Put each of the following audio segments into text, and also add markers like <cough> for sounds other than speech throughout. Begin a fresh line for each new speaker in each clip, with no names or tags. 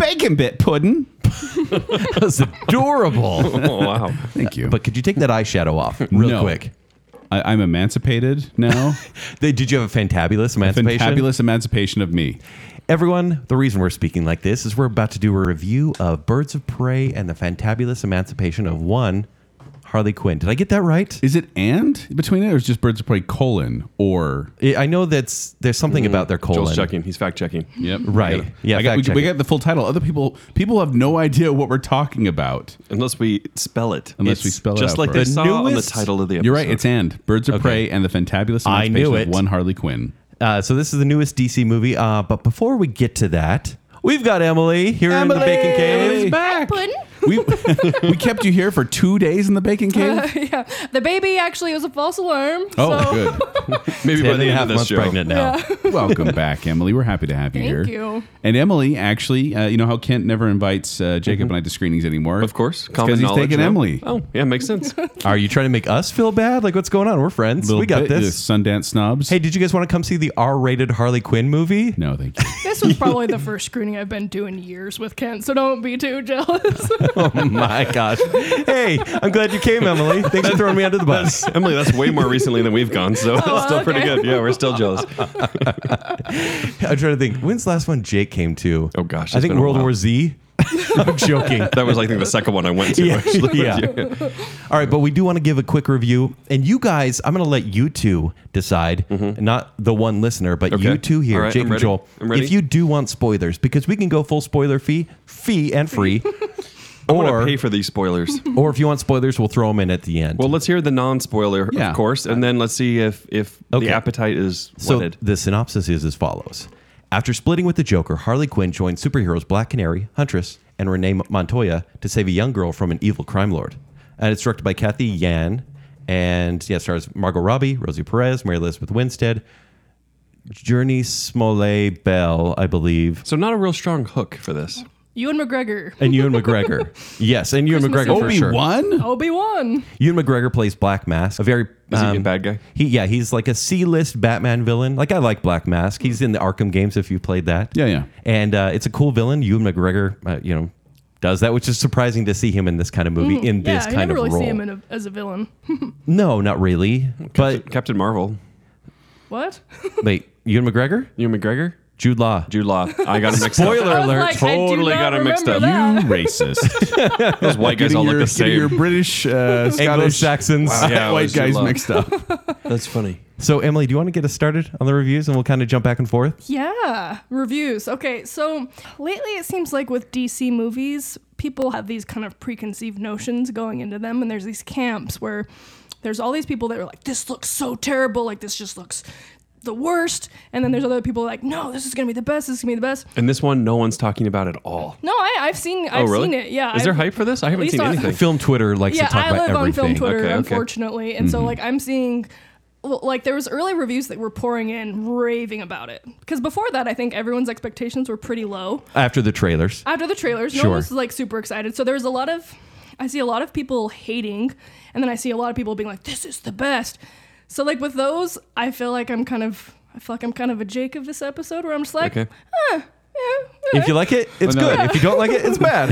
chicken bit pudding.
That was adorable.
Oh
<laughs>
wow.
Thank you.
<laughs> but could you take that eyeshadow off real
No.
quick?
I, I'm emancipated
<laughs>
now.
They, did you have a fantabulous emancipation?
Fantabulous emancipation of me.
Everyone, the reason we're speaking like this is we're about to do a review of Birds of Prey and the fantabulous emancipation of one Harley Quinn. Did I get that right?
Is it and between it, or is it just birds of prey colon or?
I I know that's there's something about their colon.
Mm-hmm. Joel's checking. He's fact checking.
Yep. We
Right.
got it.
Yeah,
I got,
fact
we,
check
we
it.
got the full title. Other people, people have no idea what we're talking about.
Unless we spell it.
Unless
It's
we spell it
Just
out
like
for
they
us.
saw on the
Newest-
title of the episode.
You're right. It's and birds of prey and the fantabulous
I
emancipation
knew
of
it.
one Harley Quinn.
Uh, so this is the newest DC movie. Uh, but before we get to that, we've got Emily here in the
Emily!
Bacon
Emily's
Cave.
back.
Puddin?
We, <laughs> we kept you here for two days in the bacon cave.
<laughs>
<laughs> yeah. The baby actually was a false alarm.
oh,
so
good. <laughs>
Maybe by
Ten and
the
a
end
half
of this
months
show.
pregnant now.
Welcome back, Emily. We're happy to have you here.
Thank you.
And Emily, actually, uh, you know how Kent never invites uh, Jacob and I to screenings anymore?
Of course.
because he's
knowledge
taking
now.
Emily.
Oh, yeah, makes sense.
<laughs>
Are you trying to make us feel bad? Like what's going on? We're friends.
Little
We got
bit,
this.
the Sundance snobs.
Hey, did you guys want to come see the R-rated Harley Quinn
<laughs>
movie?
No, thank you.
This was probably the first screening I've been doing years with Kent, so don't be too jealous. <laughs>
Oh my gosh. Hey, I'm glad you came, Emily. Thanks for throwing me under the bus.
Emily, that's way more recently than we've
<laughs>
gone, so
Oh,
it's still pretty
okay.
good. Yeah, we're still jealous.
I'm trying to think. When's the last one Jake came to?
Oh, gosh,
I
it's
think
been a
World
while.
War Z.
<laughs>
I'm joking.
That was, I think, the second one I
<laughs>
went
<laughs>
to.
Yeah,
actually. <laughs>
yeah. All right, but we do want to give a quick review. And you guys, I'm going to let you two decide, not the one listener, but
Mm-hmm. Okay.
you two here,
All right,
Jake
I'm
and
ready.
Joel.
I'm ready.
If you do want spoilers, because we can go full spoiler fee, fee and
<laughs>
free.
I want
or,
to pay for these spoilers.
or if you want spoilers, we'll throw them in at the end.
Well, let's hear the non-spoiler,
Yeah.
of course, and then let's see if if
Okay.
the appetite is
So
whetted.
the synopsis is as follows. After splitting with the Joker, Harley Quinn joins superheroes Black Canary, Huntress, and Renee M- Montoya to save a young girl from an evil crime lord. And it's directed by Kathy Yan and yeah, stars Margot Robbie, Rosie Perez, Mary Elizabeth Winstead, Journey Smollett Bell, I believe.
So not a real strong hook for this.
Ewan McGregor.
And Ewan McGregor. Yes, and Ewan
Christmas
McGregor for
Obi
sure.
Wan?
Obi Wan.
Ewan McGregor plays Black Mask, a very um,
Is he a bad guy?
He yeah, he's like a C-list Batman villain. Like I like Black Mask. He's in the Arkham games if you played that.
Yeah, yeah.
And uh, it's a cool villain. Ewan McGregor, uh, you know, does that, which is surprising to see him in this kind of movie in
Mm-hmm. Yeah,
this
you
kind
never
of
really
role.
see him in a, as a villain. <laughs>
no, not really. But
Captain Marvel,
what?
wait, Ewan McGregor,
Ewan McGregor,
Jude Law.
Jude Law. I got him mixed
Spoiler
up.
I was
alert.
like, I do
Totally
not
got it mixed
remember
up.
<laughs>
that.
Racist.
Those white guys
Getting
all
your,
look the
getting your
same.
British, uh, Scottish, uh,
Anglo-Saxons.
Wow. Yeah, it
white
was your
guys
love.
mixed up.
That's funny.
So Emily, do you want to get us started on the reviews, and we'll kind of jump back and forth?
Yeah, reviews. Okay, so lately it seems like with DC movies, people have these kind of preconceived notions going into them, and there's these camps where there's all these people that are like, this looks so terrible, like, this just looks the worst. And then there's other people like, no, this is gonna be the best, this is gonna be the best.
And this one, no one's talking about at all.
No, I, I've seen
Oh,
I've
really?
seen it, yeah.
Is there
I've-
hype for this? I haven't
least
seen
on-
anything.
Film Twitter likes
yeah,
to talk
I
about
live on
everything.
film Twitter,
Okay, Mm-hmm. okay.
unfortunately, and so like I'm seeing, well, like there was early reviews that were pouring in, raving about it. Because before that, I think everyone's expectations were pretty low.
After the trailers,
After the trailers, no
Sure.
one was like super excited. So there's a lot of, I see a lot of people hating, and then I see a lot of people being like, "This is the best." So like with those, I feel like I'm kind of, I feel like I'm kind of a Jake of this episode, where I'm just
<laughs>
like,
Okay.
eh, eh.
if you like it, it's
Well, no.
good. If you don't like it, it's bad.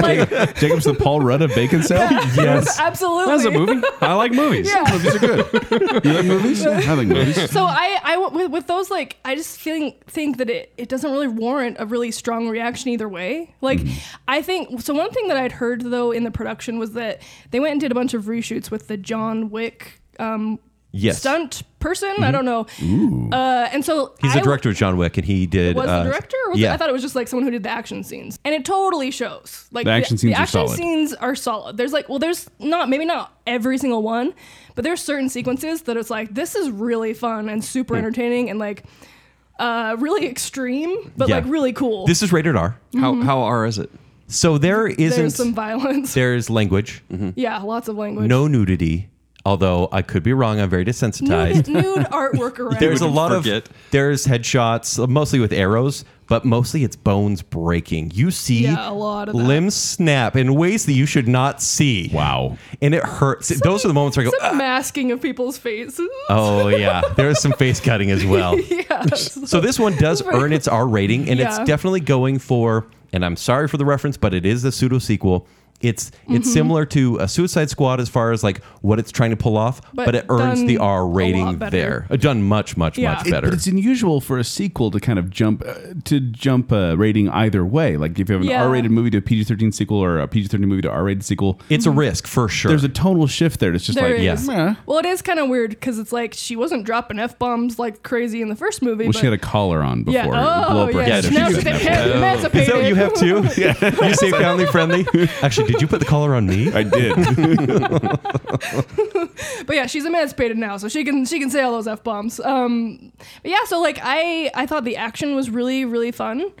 <laughs>
<laughs> like, <laughs>
Jacob's the Paul Rudd of bacon cell?
<laughs> yes.
absolutely.
That's a movie. I like movies.
Yeah.
Movies Oh, are good. You like movies?
<laughs>
Yeah, I like movies.
so I, I w- with, with those like I just feeling think that it, it doesn't really warrant a really strong reaction either way. Like
Mm.
I think so. One thing that I'd heard though in the production was that they went and did a bunch of reshoots with the John Wick um,
Yes. Mm-hmm.
stunt person. I don't know. Uh, and so
He's
I
the director of John Wick, and he did.
was
uh,
the director? Or was
yeah.
it, I thought it was just like someone who did the action scenes, and it totally shows. Like
The action scenes are
action
solid.
scenes are solid. There's like, well, there's not maybe not every single one, but there's certain sequences that it's like this is really fun and super
Hmm.
entertaining and like uh, really extreme, but
Yeah.
like really cool.
This is rated R.
How how R is it?
So there isn't.
there's some violence.
there's language,
<laughs>
Mm-hmm.
yeah, lots of language.
no nudity. Although I could be wrong, I'm very
nude,
desensitized.
nude artwork
<laughs>
around.
There's a
would
lot
forget.
of there's headshots, uh, mostly with arrows, but mostly it's bones breaking. You see
Yeah, a lot of that.
limbs snap in ways that you should not see.
Wow.
and it hurts. Those are the moments where I go, "Ah."
some masking of people's faces. <laughs>
oh yeah. There is some face cutting as well.
yeah. <laughs>
So this one does earn its R rating, and
Yeah.
it's definitely going for and I'm sorry for the reference, but it is a pseudo sequel. It's
Mm-hmm.
it's similar to a Suicide Squad as far as like what it's trying to pull off, but,
But
it earns
done
the
a
R
lot
rating
better.
there. Uh, Done much much
Yeah.
much
It-
better.
But it's unusual for a sequel to kind of jump uh, to jump a rating either way. Like if you have an
Yeah.
R-rated movie to a PG-13 sequel or a PG-13 movie to R-rated sequel,
It's a
Mm-hmm.
risk for sure.
there's a tonal shift there. It's just
There
like,
is.
yes.
meh.
Well, it is kind of weird because it's like she wasn't dropping f bombs like crazy in the first movie.
well,
but
she had a collar on before. It would
yeah,
blow
oh
up her
yeah.
head if she
now
couldn't
that they've
have it.
had
is
emancipated.
that what you have
<laughs>
too? <laughs> you say family friendly. Actually, did you put the collar on
<laughs>
me?
I did.
but yeah, she's emancipated now, so she can she can say all those f bombs. Um, but yeah, so like I I thought the action was really really fun,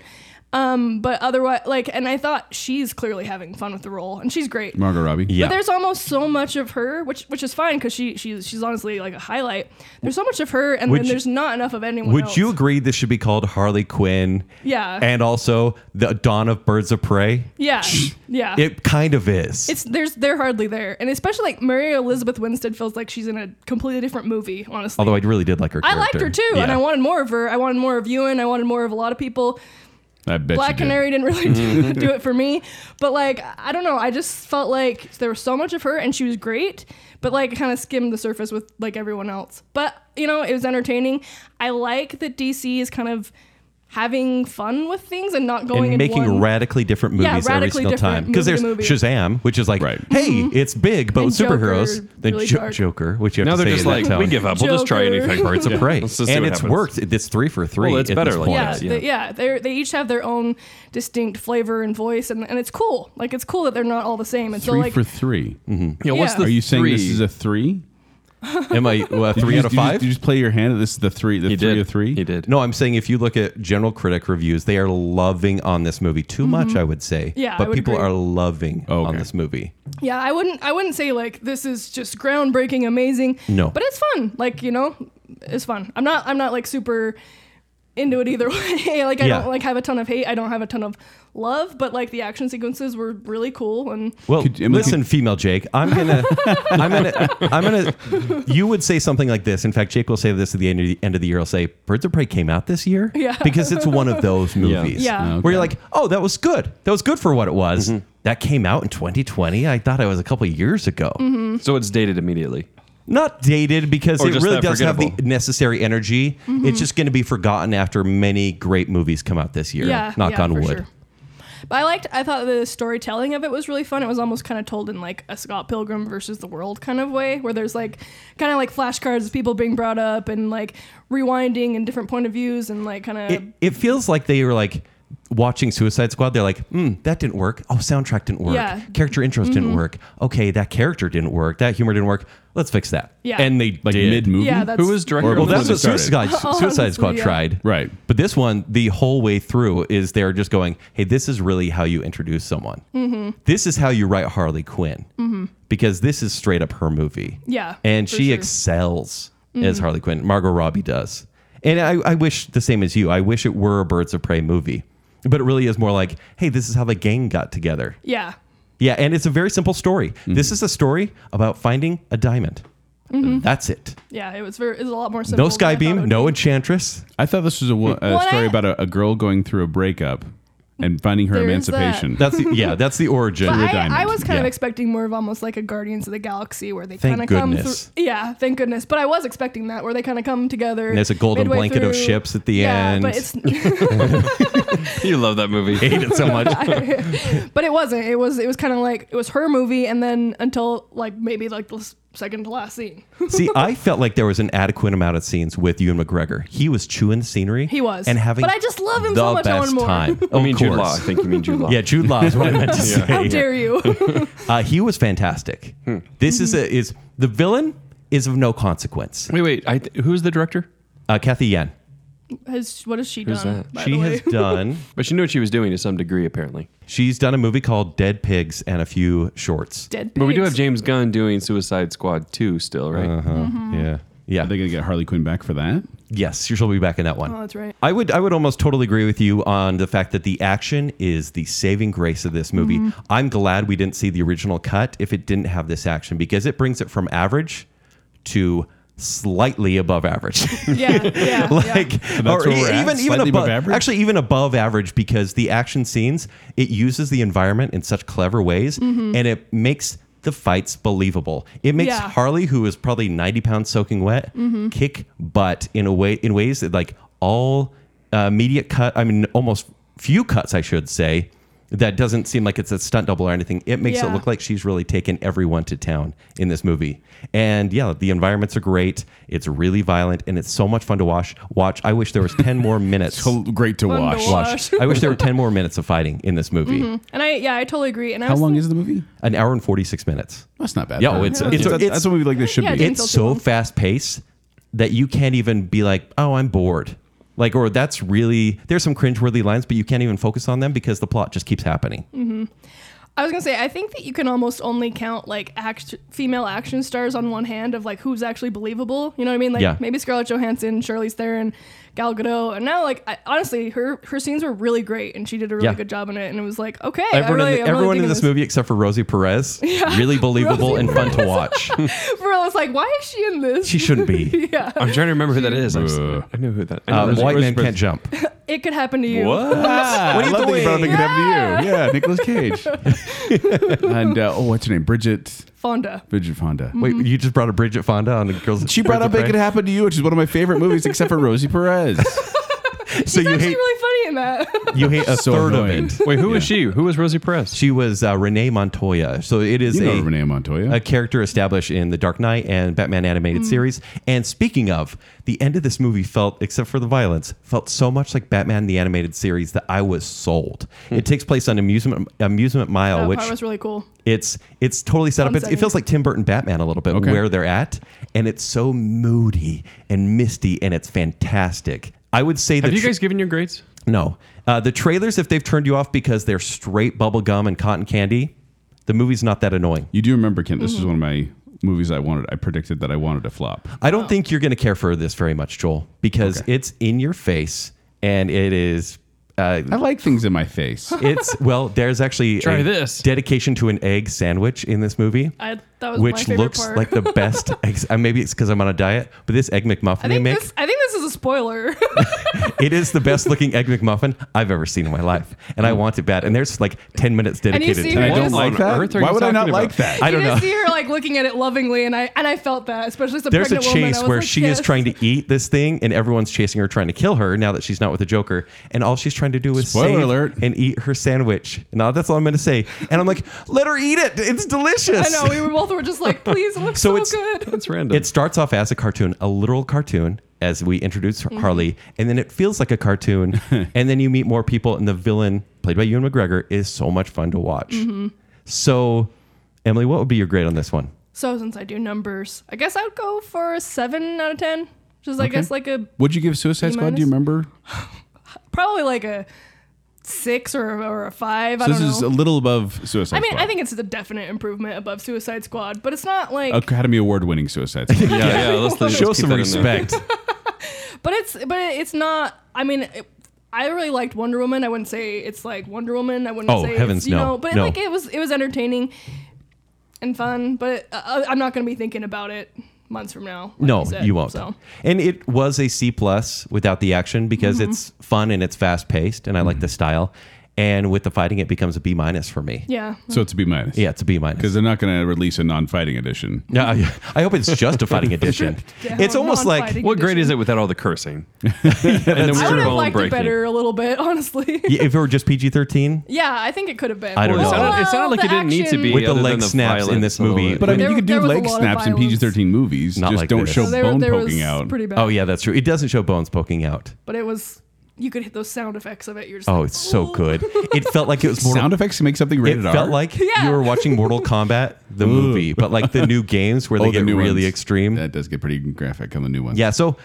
um, but otherwise like and I thought she's clearly having fun with the role and she's great.
<laughs> Margot Robbie.
Yeah.
But there's almost so much of her, which which is fine because she she's she's honestly like a highlight. There's so much of her, and
Would
then
you-
there's not enough of anyone.
Would
else.
you agree this should be called Harley Quinn?
Yeah.
And also the Dawn of Birds of Prey?
<sniffs>
Yeah, yeah.
It kind of is.
it's there's they're hardly there, and especially like Mary Elizabeth Winstead feels like she's in a completely different movie. Honestly,
Although I really did like her
I
character.
liked her too, and
Yeah.
I wanted more of her. I wanted more of Ewan. I wanted more of a lot of people.
I bet
Black
you did.
Canary didn't really do,
Mm-hmm.
do it for me, but like I don't know. I just felt like there was so much of her, and she was great, but like kind of skimmed the surface with like everyone else. But you know, it was entertaining. I like that DC is kind of having fun with things and not going
and
in
making
one-
radically different movies
Yeah,
every
radically
single
different
time. Because
movie
there's
to movie.
Shazam, which is like,
Right.
hey, it's big, but
And
with superheroes.
Joker,
then
really
Jo-
dark.
Joker, which you have
Now
to
they're
say
just
in that
like,
tone.
we give up. We'll just try
Joker.
anything.
<laughs> Birds of Prey.
Let's just see
and
what
it's
happens.
worked. It's three for three.
Well, it's
at
better
this
like
point.
Yeah,
that,
they-
yeah.
yeah. They they each have their own distinct flavor and voice, and, and it's cool. Like it's cool that they're not all the same. And so
Three
like
for three.
Yeah, what's
Yeah.
the
Are you saying
three?
this is a three?
Am I
<laughs>
well,
Did
three
you just- did you
out of
just-
five?
Did you just play your hand at this is the three, the
He
three
did.
of three?
He did.
No, I'm saying if you look at general critic reviews, they are loving on this movie too much, I would say.
Mm-hmm. Yeah,
But
I would
people
agree.
are loving
Oh,
on
okay.
this movie.
yeah, I wouldn't I wouldn't say like this is just groundbreaking, amazing.
No.
but it's fun. Like you know, it's fun. I'm not I'm not like super into it either <laughs> way. like I
Yeah.
don't like have a ton of hate. I don't have a ton of love. But like the action sequences were really cool and
Well,
Could- I mean,
listen, female Jake, I'm
<laughs>
gonna, I'm gonna, I'm gonna. You would say something like this. In fact, Jake will say this at the end of the, end of the year. I'll say, "Birds of Prey came out this year,"
Yeah.
because it's one of those movies
Yeah.
Okay. Mm-hmm.
where you're like, "Oh, that was good. That was good for what it was." That came out in 2020. I thought it was a couple years ago.
Mm-hmm.
So it's dated immediately.
Not dated because
Or
it
just
really
that
does have the
forgettable.
necessary energy.
Mm-hmm.
It's just going to be forgotten after many great movies come out this year.
yeah,
Knock
yeah,
on
for
wood.
sure. But I liked. I thought the storytelling of it was really fun. It was almost kind of told in like a Scott Pilgrim versus the World kind of way, where there's like kind of like flashcards of people being brought up and like rewinding and different point of views and like kind
it,
of
it feels like they were like watching Suicide Squad. They're like, hmm, that didn't work. Oh, soundtrack didn't work.
Yeah. Mm-hmm.
Character intros didn't work. Okay, that character didn't work. That humor didn't work. Let's fix that.
Yeah.
And they
Like
did.
mid movie?
Yeah, that's-
Who was director?
Or
of
well,
before
that's
this?
they
what Suicide,
started.
Suicide Squad
Honestly, yeah.
tried.
Right.
But this one, the whole way through is they're just going, hey, this is really how you introduce someone. This is how you write Harley Quinn. Because this is straight up her movie.
Yeah,
And
for
she
sure.
excels as Harley Quinn. Margot Robbie does. And I, I wish the same as you. I wish it were a Birds of Prey movie. But it really is more like, hey, this is how the gang got together.
yeah,
Yeah, and it's a very simple story. This is a story about finding a diamond. That's it.
yeah. It was very. It was a lot more simple.
No
than I thought it
Skybeam,
would
no
be.
Enchantress.
I thought this was a, wo- a
Well,
story
I-
about a, a girl going through a breakup and finding her
There's that.
emancipation.
That's the, yeah, that's the origin.
But <laughs>
diamond.
I, I was kind of
Yeah.
expecting more of almost like a Guardians of the Galaxy where they
Thank
kind of come through.
goodness.
Yeah, thank goodness. But I was expecting that where they kind of come together.
And there's a golden
midway
blanket of
through.
ships at the
yeah,
end.
But it's
You love that movie. <laughs>
hate it so much.
<laughs> but it wasn't. It was it was kind of like it was her movie, and then until like maybe like the s- second to last
<laughs>
scene,
See, I felt like there was an adequate amount of scenes with Ewan McGregor. He was chewing the scenery.
He was.
and having.
But I just love him
the
so much, I want
best
more. <laughs>
Time.
I mean
Of
Jude Law. I
course.
think you mean Jude Law.
Yeah, Jude Law is what I meant
<laughs>
to say.
how dare you?
<laughs> Uh, he was fantastic.
Hmm.
This is a, is the villain is of no consequence.
Wait, wait. I th- who's the director?
Uh, Kathy Yan.
has what has she
Who's
done?
that?
By
She
the way? <laughs>
has done.
But she knew what she was doing to some degree, apparently.
She's done a movie called Dead Pigs and a few shorts.
dead.
But we do have
pigs.
James Gunn doing Suicide Squad 2 still, right?
Uh-huh.
Mm-hmm.
Uh, Yeah. Yeah.
Are they going to get Harley Quinn back for that?
yes, she'll be back in that one.
Oh, that's right.
I would I would almost totally agree with you on the fact that the action is the saving grace of this movie.
Mm-hmm.
I'm glad we didn't see the original cut if it didn't have this action because it brings it from average to slightly above average. <laughs>
Yeah, yeah,
like
yeah.
or e-,
where we're at?
even even
Slightly
above,
above average?
actually even above average because the action scenes it uses the environment in such clever ways and it makes the fights believable. It makes
Mm-hmm. Yeah. Mm-hmm.
Harley, who is probably ninety pounds soaking wet, kick butt in a way in ways that like all uh, media cut. I mean, almost few cuts, I should say. That doesn't seem like it's a stunt double or anything. It makes it
Yeah.
look like she's really taken everyone to town in this movie. And yeah, the environments are great. It's really violent and it's so much fun to watch. Watch. I wish there was 10 more minutes.
Hol- Great to
Fun to
watch.
watch.
Watch. I wish there were 10 more minutes of fighting in this movie.
And I, yeah, I totally agree. And I
How
was
long
thinking-
is the movie?
An hour and 46 minutes.
That's not bad.
Yeah,
for-
oh, it's-
that's,
it's-
that's,
it's-
that's a movie like this should
Yeah,
be.
it
It's
feel too
so
long.
fast paced that you can't even be like, oh, I'm bored. Like, or that's really, there's some cringeworthy lines, but you can't even focus on them because the plot just keeps happening.
I was gonna say, I think that you can almost only count like act- female action stars on one hand of like who's actually believable. You know what I mean? Like
Yeah.
maybe Scarlett Johansson, Charlize Theron, Gal Gadot, and now like I, honestly, her her scenes were really great, and she did a really
Yeah.
good job in it. And it was like, okay,
Everyone,
I really,
in,
I'm
the, everyone
really
in
digging
this movie except for Rosie
<laughs>
Perez, really believable and fun to watch.
For real, I was like, why is she in this?
she shouldn't be.
<laughs> yeah,
I'm trying to remember who that is. I'm s-
Uh,
I know who that. I know
Uh,
Rosie-
white
Rosie
man
Perez.
can't jump.
<laughs> it could happen to you.
what
are
I
you
love that you brought up
doing?
It Could Happen to you. Yeah, Nicolas Cage. and uh, oh, what's her name? Bridget.
Fonda.
Bridget Fonda.
Wait, you just brought up Bridget Fonda on the girls.
She brought up
Birds of
It Could
Prey?
Happen to You, which is one of my favorite movies, except for Rosie Perez.
So
She's
you
actually
hate Oh,
really funny in
<laughs>
that.
you hate a
<laughs> So
third
annoying.
of it.
Wait, who was she? Who was Rosie Perez?
She was uh, Renee Montoya. So it is
You know
a
Renee Montoya.
a character established in the Dark Knight and Batman animated
Mm.
series. And speaking of, the end of this movie felt, except for the violence, felt so much like Batman the animated series that I was sold. It takes place on amusement amusement mile,
Hmm. that
which
part was really cool.
It's it's totally set up.
One
It's, it
second.
feels like Tim Burton Batman a little bit
Okay.
where they're at, and it's so moody and misty, and it's fantastic. I would say that
Have you guys given your grades?
no uh, the trailers if they've turned you off because they're straight bubble gum and cotton candy, the movie's not that annoying.
you do remember, Kent, this is
Mm-hmm.
one of my movies I wanted. I predicted that I wanted to flop.
I
Oh.
don't think you're going to care for this very much, Joel, because it's in your face and it is. Uh,
I like things in my face.
it's well. There's actually
Try
a
this.
dedication to an egg sandwich in this movie.
I, that was my
which
favorite
looks
part.
like the
<laughs>
best. egg, uh, maybe it's because I'm on a diet, but this egg McMuffin
I
they
think
make,
this. <laughs> I think this is a spoiler. <laughs>
it is the best looking egg McMuffin I've ever seen in my life, and I want it bad. And there's like ten minutes dedicated
see
to
And
it.
I
What
don't
is-
like
on
that.
earth are
Why
you
would I not
talking
like
about?
that?
I don't
you
know.
just see her like looking at it lovingly, and I and I felt that, especially as a
There's a
pregnant woman. I
chase
was
where
like,
she
yes.
is trying to eat this thing, and everyone's chasing her, trying to kill her. Now that she's not with the Joker, and all she's trying to do is
Spoiler
save
alert.
and eat her sandwich. Now that's all I'm going to say. And I'm like, let her eat it. It's
I
delicious.
know
<laughs>
we were both were just like, please, it looks
So
so,
it's-
good.
That's random.
It starts off as a cartoon, a literal cartoon, as we introduce
Mm-hmm.
Harley, and then it feels like a <laughs> cartoon, and then you meet more people, and the villain, played by Ewan McGregor, is so much fun to watch.
Mm-hmm.
So, Emily, what would be your grade on this one?
So since I do numbers, I guess I would go for a seven out of ten. Which is I guess like a
Would you give Suicide Squad? Do you
minus?
remember?
probably like a six or, or a five. I
So
don't
this is a
know.
little above Suicide
I mean,
Squad.
I think it's a definite improvement above Suicide Squad, but it's not
<laughs>
like
Academy Award winning Suicide <laughs> Squad.
yeah, yeah. <laughs> Let's, let's
Show
keep
some
that in there. <laughs>
respect.
But it's but it's not. I mean, it, I really liked Wonder Woman. I wouldn't say it's like Wonder Woman. I wouldn't
Oh,
say it's,
heavens,
you
no,
know, but
no.
like it was it was entertaining and fun. But uh, I'm not gonna be thinking about it months from now. like
no,
said,
you won't.
So
And it was a C plus without the action because
Mm-hmm.
it's fun and it's fast paced, and I like the style. And with the fighting, it becomes a B minus for me.
yeah,
So it's a B minus.
Yeah, it's a B minus.
Because they're not going to release a non fighting edition.
Yeah, I, <laughs> I hope it's just a <laughs> fighting edition.
Yeah,
it's almost like
non-fighting
What grade
edition.
is it without all the <laughs> cursing? and then
I would
we're
have
bone
liked it
breaking.
better a little bit, <laughs> honestly.
Yeah, if it were just PG thirteen,
yeah, I think it could have been.
I don't
Well, it
know.
sounded, it sounded like it
Well,
didn't need to
action-
be.
With the
other
leg
than
snaps in
violence
this
a little
movie,
bit.
But I mean,
There-
you could do
there was a
leg
lot of
snaps in
violence.
PG 13 movies.
Not
just
like
don't
this.
show
There-
bone
there
poking
was
out.
Pretty bad.
Oh yeah, that's true. It doesn't show bones poking out.
but it was. You could hit those sound effects of it. You're just
Oh,
like,
it's so
"Ooh."
good. It felt like it was
<laughs>
Mortal.
Sound effects to make something
it
rated R.
felt like you
Yeah.
were watching Mortal Kombat the movie, but like the new games where
<laughs>
they
Oh,
get really
ones.
extreme.
That Hmm. does get pretty graphic on the new ones.
yeah, so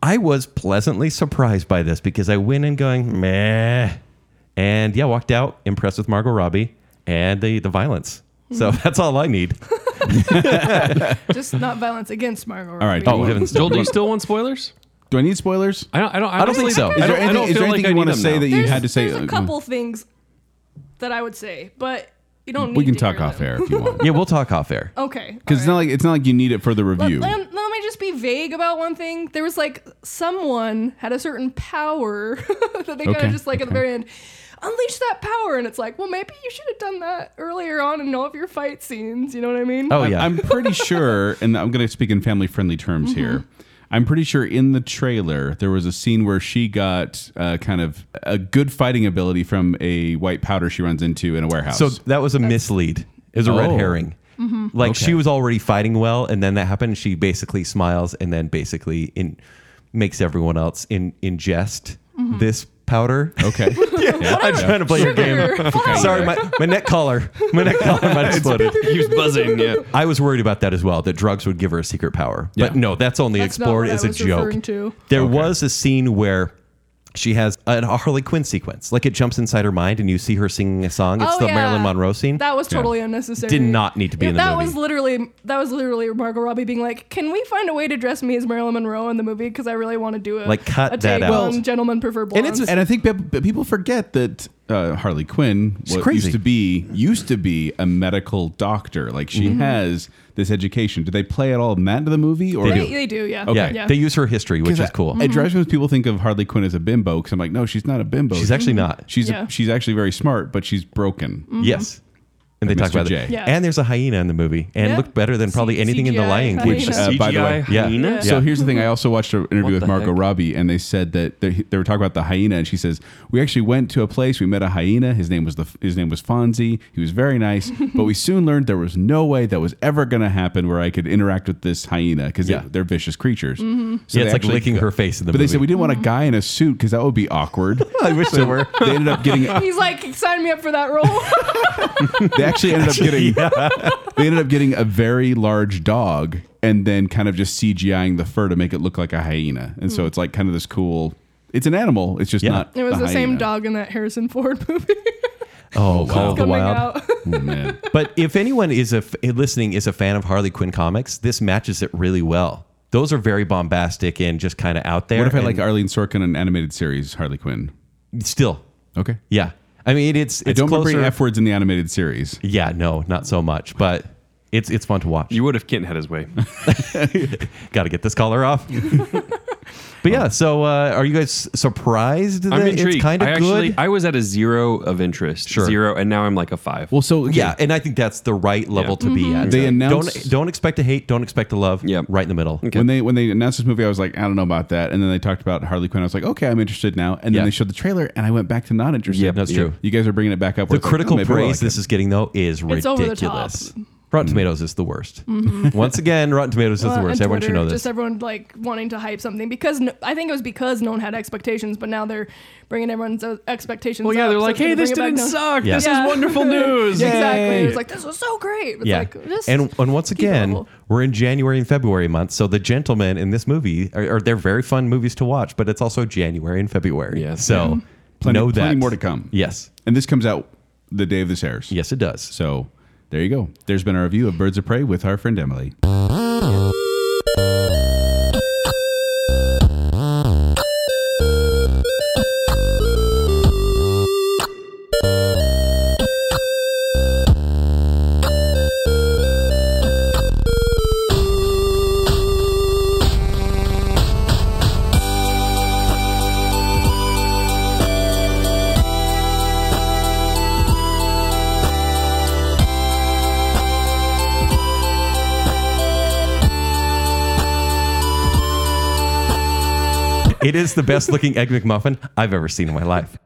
I was pleasantly surprised by this because I went in going meh, and yeah, walked out impressed with Margot Robbie and the the violence. So
Hmm.
<laughs> that's all I need.
Just not violence against Margot. All
right.
Oh heavens!
Joel, do you <laughs> still want spoilers?
Do I need spoilers?
I don't. I don't. I
don't think
really-
so. Is
I
Is
don't,
there
I
anything,
don't
is there
feel like
anything
I
you
need
want to
them
say
now.
that you
There's-
had to say? uh,
There's a couple things that I would say, but you don't. Need
we can
to
talk
hear
off
them. <laughs>
air if you want.
Yeah, we'll talk off air.
Okay.
Because it's not like it's not like you need it for the
let,
review.
let, let me just be vague about one thing? There was like someone had a certain power <laughs> that they kind
Okay,
of just like at the
okay.
very end unleash that power, and it's like, well, maybe you should have done that earlier on in all of your fight scenes. You know what I mean?
Oh, yeah.
I'm
Mm-hmm. <laughs>
pretty sure, and I'm going to speak in family friendly terms here. I'm pretty sure in the trailer there was a scene where she got uh, kind of a good fighting ability from a white powder she runs into in a warehouse.
So that was a mislead. It was a red
Oh.
herring. Like she
Okay.
was already fighting well, and then that happened. And she basically smiles, and then basically in makes everyone else in ingest this powder.
Mm-hmm.
<laughs>
okay, yeah,
I'm trying to play your game.
Sugar, fire.
Sorry, my, my neck collar, my neck collar might exploded.
He was buzzing. Yeah.
I was worried about that as well. That drugs would give her a secret power, but
Yeah.
no, that's only
That's not
explored
what I
as a
was
joke.
referring to.
There was a scene where she has a Harley Quinn sequence. Like it jumps inside her mind, and you see her singing a song. It's
Oh,
the
yeah.
Marilyn Monroe scene.
That was totally unnecessary.
Did not need to be in the
that
movie.
was literally that was literally Margot Robbie being like, "Can we find a way to dress me as Marilyn Monroe in the movie? Because I really want to do a
Like, cut
a
that
take
out.
on gentlemen prefer blondes."
it's-
and I think peop- pe- people forget that uh, Harley Quinn what
crazy.
used to be used to be a medical doctor. Like she
Mm-hmm.
has this education. Do they play at all in that into the movie? Or
they, they do, yeah.
yeah, they use her history, which is cool. Mm-hmm.
It drives me when people think of Harley Quinn as a bimbo because I'm like, no, she's not a bimbo.
She's actually not.
She's
Yeah.
a, she's actually very smart, but she's broken.
Yes. And they
And
talk
Mr.
about
J.
it.
Yeah.
And there's a hyena in the movie and
Yeah.
looked better than probably
C-
anything in the
CGI
Lion King.
Which, uh, by the way-
CGI hyena?
Yeah.
So here's the thing. I also watched an interview with
the
Margot
heck?
Robbie, and they said that they, they were talking about the hyena, and she says we actually went to a place. We met a hyena. His name was the his name was Fonzie. He was very nice, but we soon learned there was no way that was ever going to happen where I could interact with this hyena because
Yeah.
they're vicious creatures. So
Yeah,
they
it's like
actually-
licking her face in the
But
movie.
they said we didn't want a guy in a suit because that would be
<laughs>
awkward. I wish they were. They ended up getting
<laughs> He's like, "Sign me up for
<laughs>
that role."
They actually ended up getting <laughs> they ended up getting a very large dog and then kind of just CGIing the fur to make it look like a hyena. And so it's like kind of this cool it's an animal. It's just
Yeah.
not
Hmm. it was
a
the same
hyena.
dog in that Harrison Ford <laughs> movie
oh, Call of the
coming
Wild.
out.
Oh, man.
<laughs> But if anyone is a f- listening is a fan of Harley Quinn comics, this matches it really well. Those are very bombastic and just kind of out there.
What if I like
and
Arlene Sorkin an animated series Harley Quinn?
still?
Okay.
Yeah. I mean, it's it's
I don't
closer.
remember any F words in the animated series.
yeah, no, not so much, but it's it's fun to watch.
You would have Kent had his <laughs> way.
Got to get this collar off.
<laughs>
but yeah, so uh, are you guys surprised that
I'm intrigued.
it's kind of
I
good?
actually, I was at a zero of interest.
Sure.
Zero, and now I'm like a five.
Well, so
Yeah, and I think that's the right level to
Mm-hmm.
be at.
They
don't
announced-
don't expect to hate, don't expect to love.
Yep.
right in the middle.
When they when they announced this movie, I was like, I don't know about that. And then they talked about Harley Quinn. I was like, okay, I'm interested now. And then
Yeah.
they showed the trailer, and I went back to not interested.
Yep, that's true.
You guys are bringing it back up. "Oh,
The critical praise this is getting though is ridiculous.
It's over the
Rotten
Mm.
Tomatoes is the worst. <laughs> Once again, Rotten Tomatoes
<laughs>
is the
Uh,
worst.
and
Everyone should
Twitter,
know this.
Just everyone like wanting to hype something because no, I think it was because no one had expectations, but now they're bringing everyone's uh, expectations.
Well, yeah,
up,
they're
so
like,
it's gonna
"Hey, this
bring it back
didn't
down."
suck.
Yeah.
This
Yeah.
is <laughs> <laughs> wonderful news."
Yay.
exactly. It's like this was so great. It's
yeah,
like this
and and once
keep it
again,
level.
we're in January and February months, so the gentlemen in this movie are, are they're very fun movies to watch, but it's also January and February.
Yes.
so
Plenty,
know that
plenty more to come.
Yes,
And this comes out the day of this airs.
yes, it does.
So there you go. There's been a review of Birds of Prey with our friend Emily.
it is the best looking egg McMuffin I've ever seen in my life.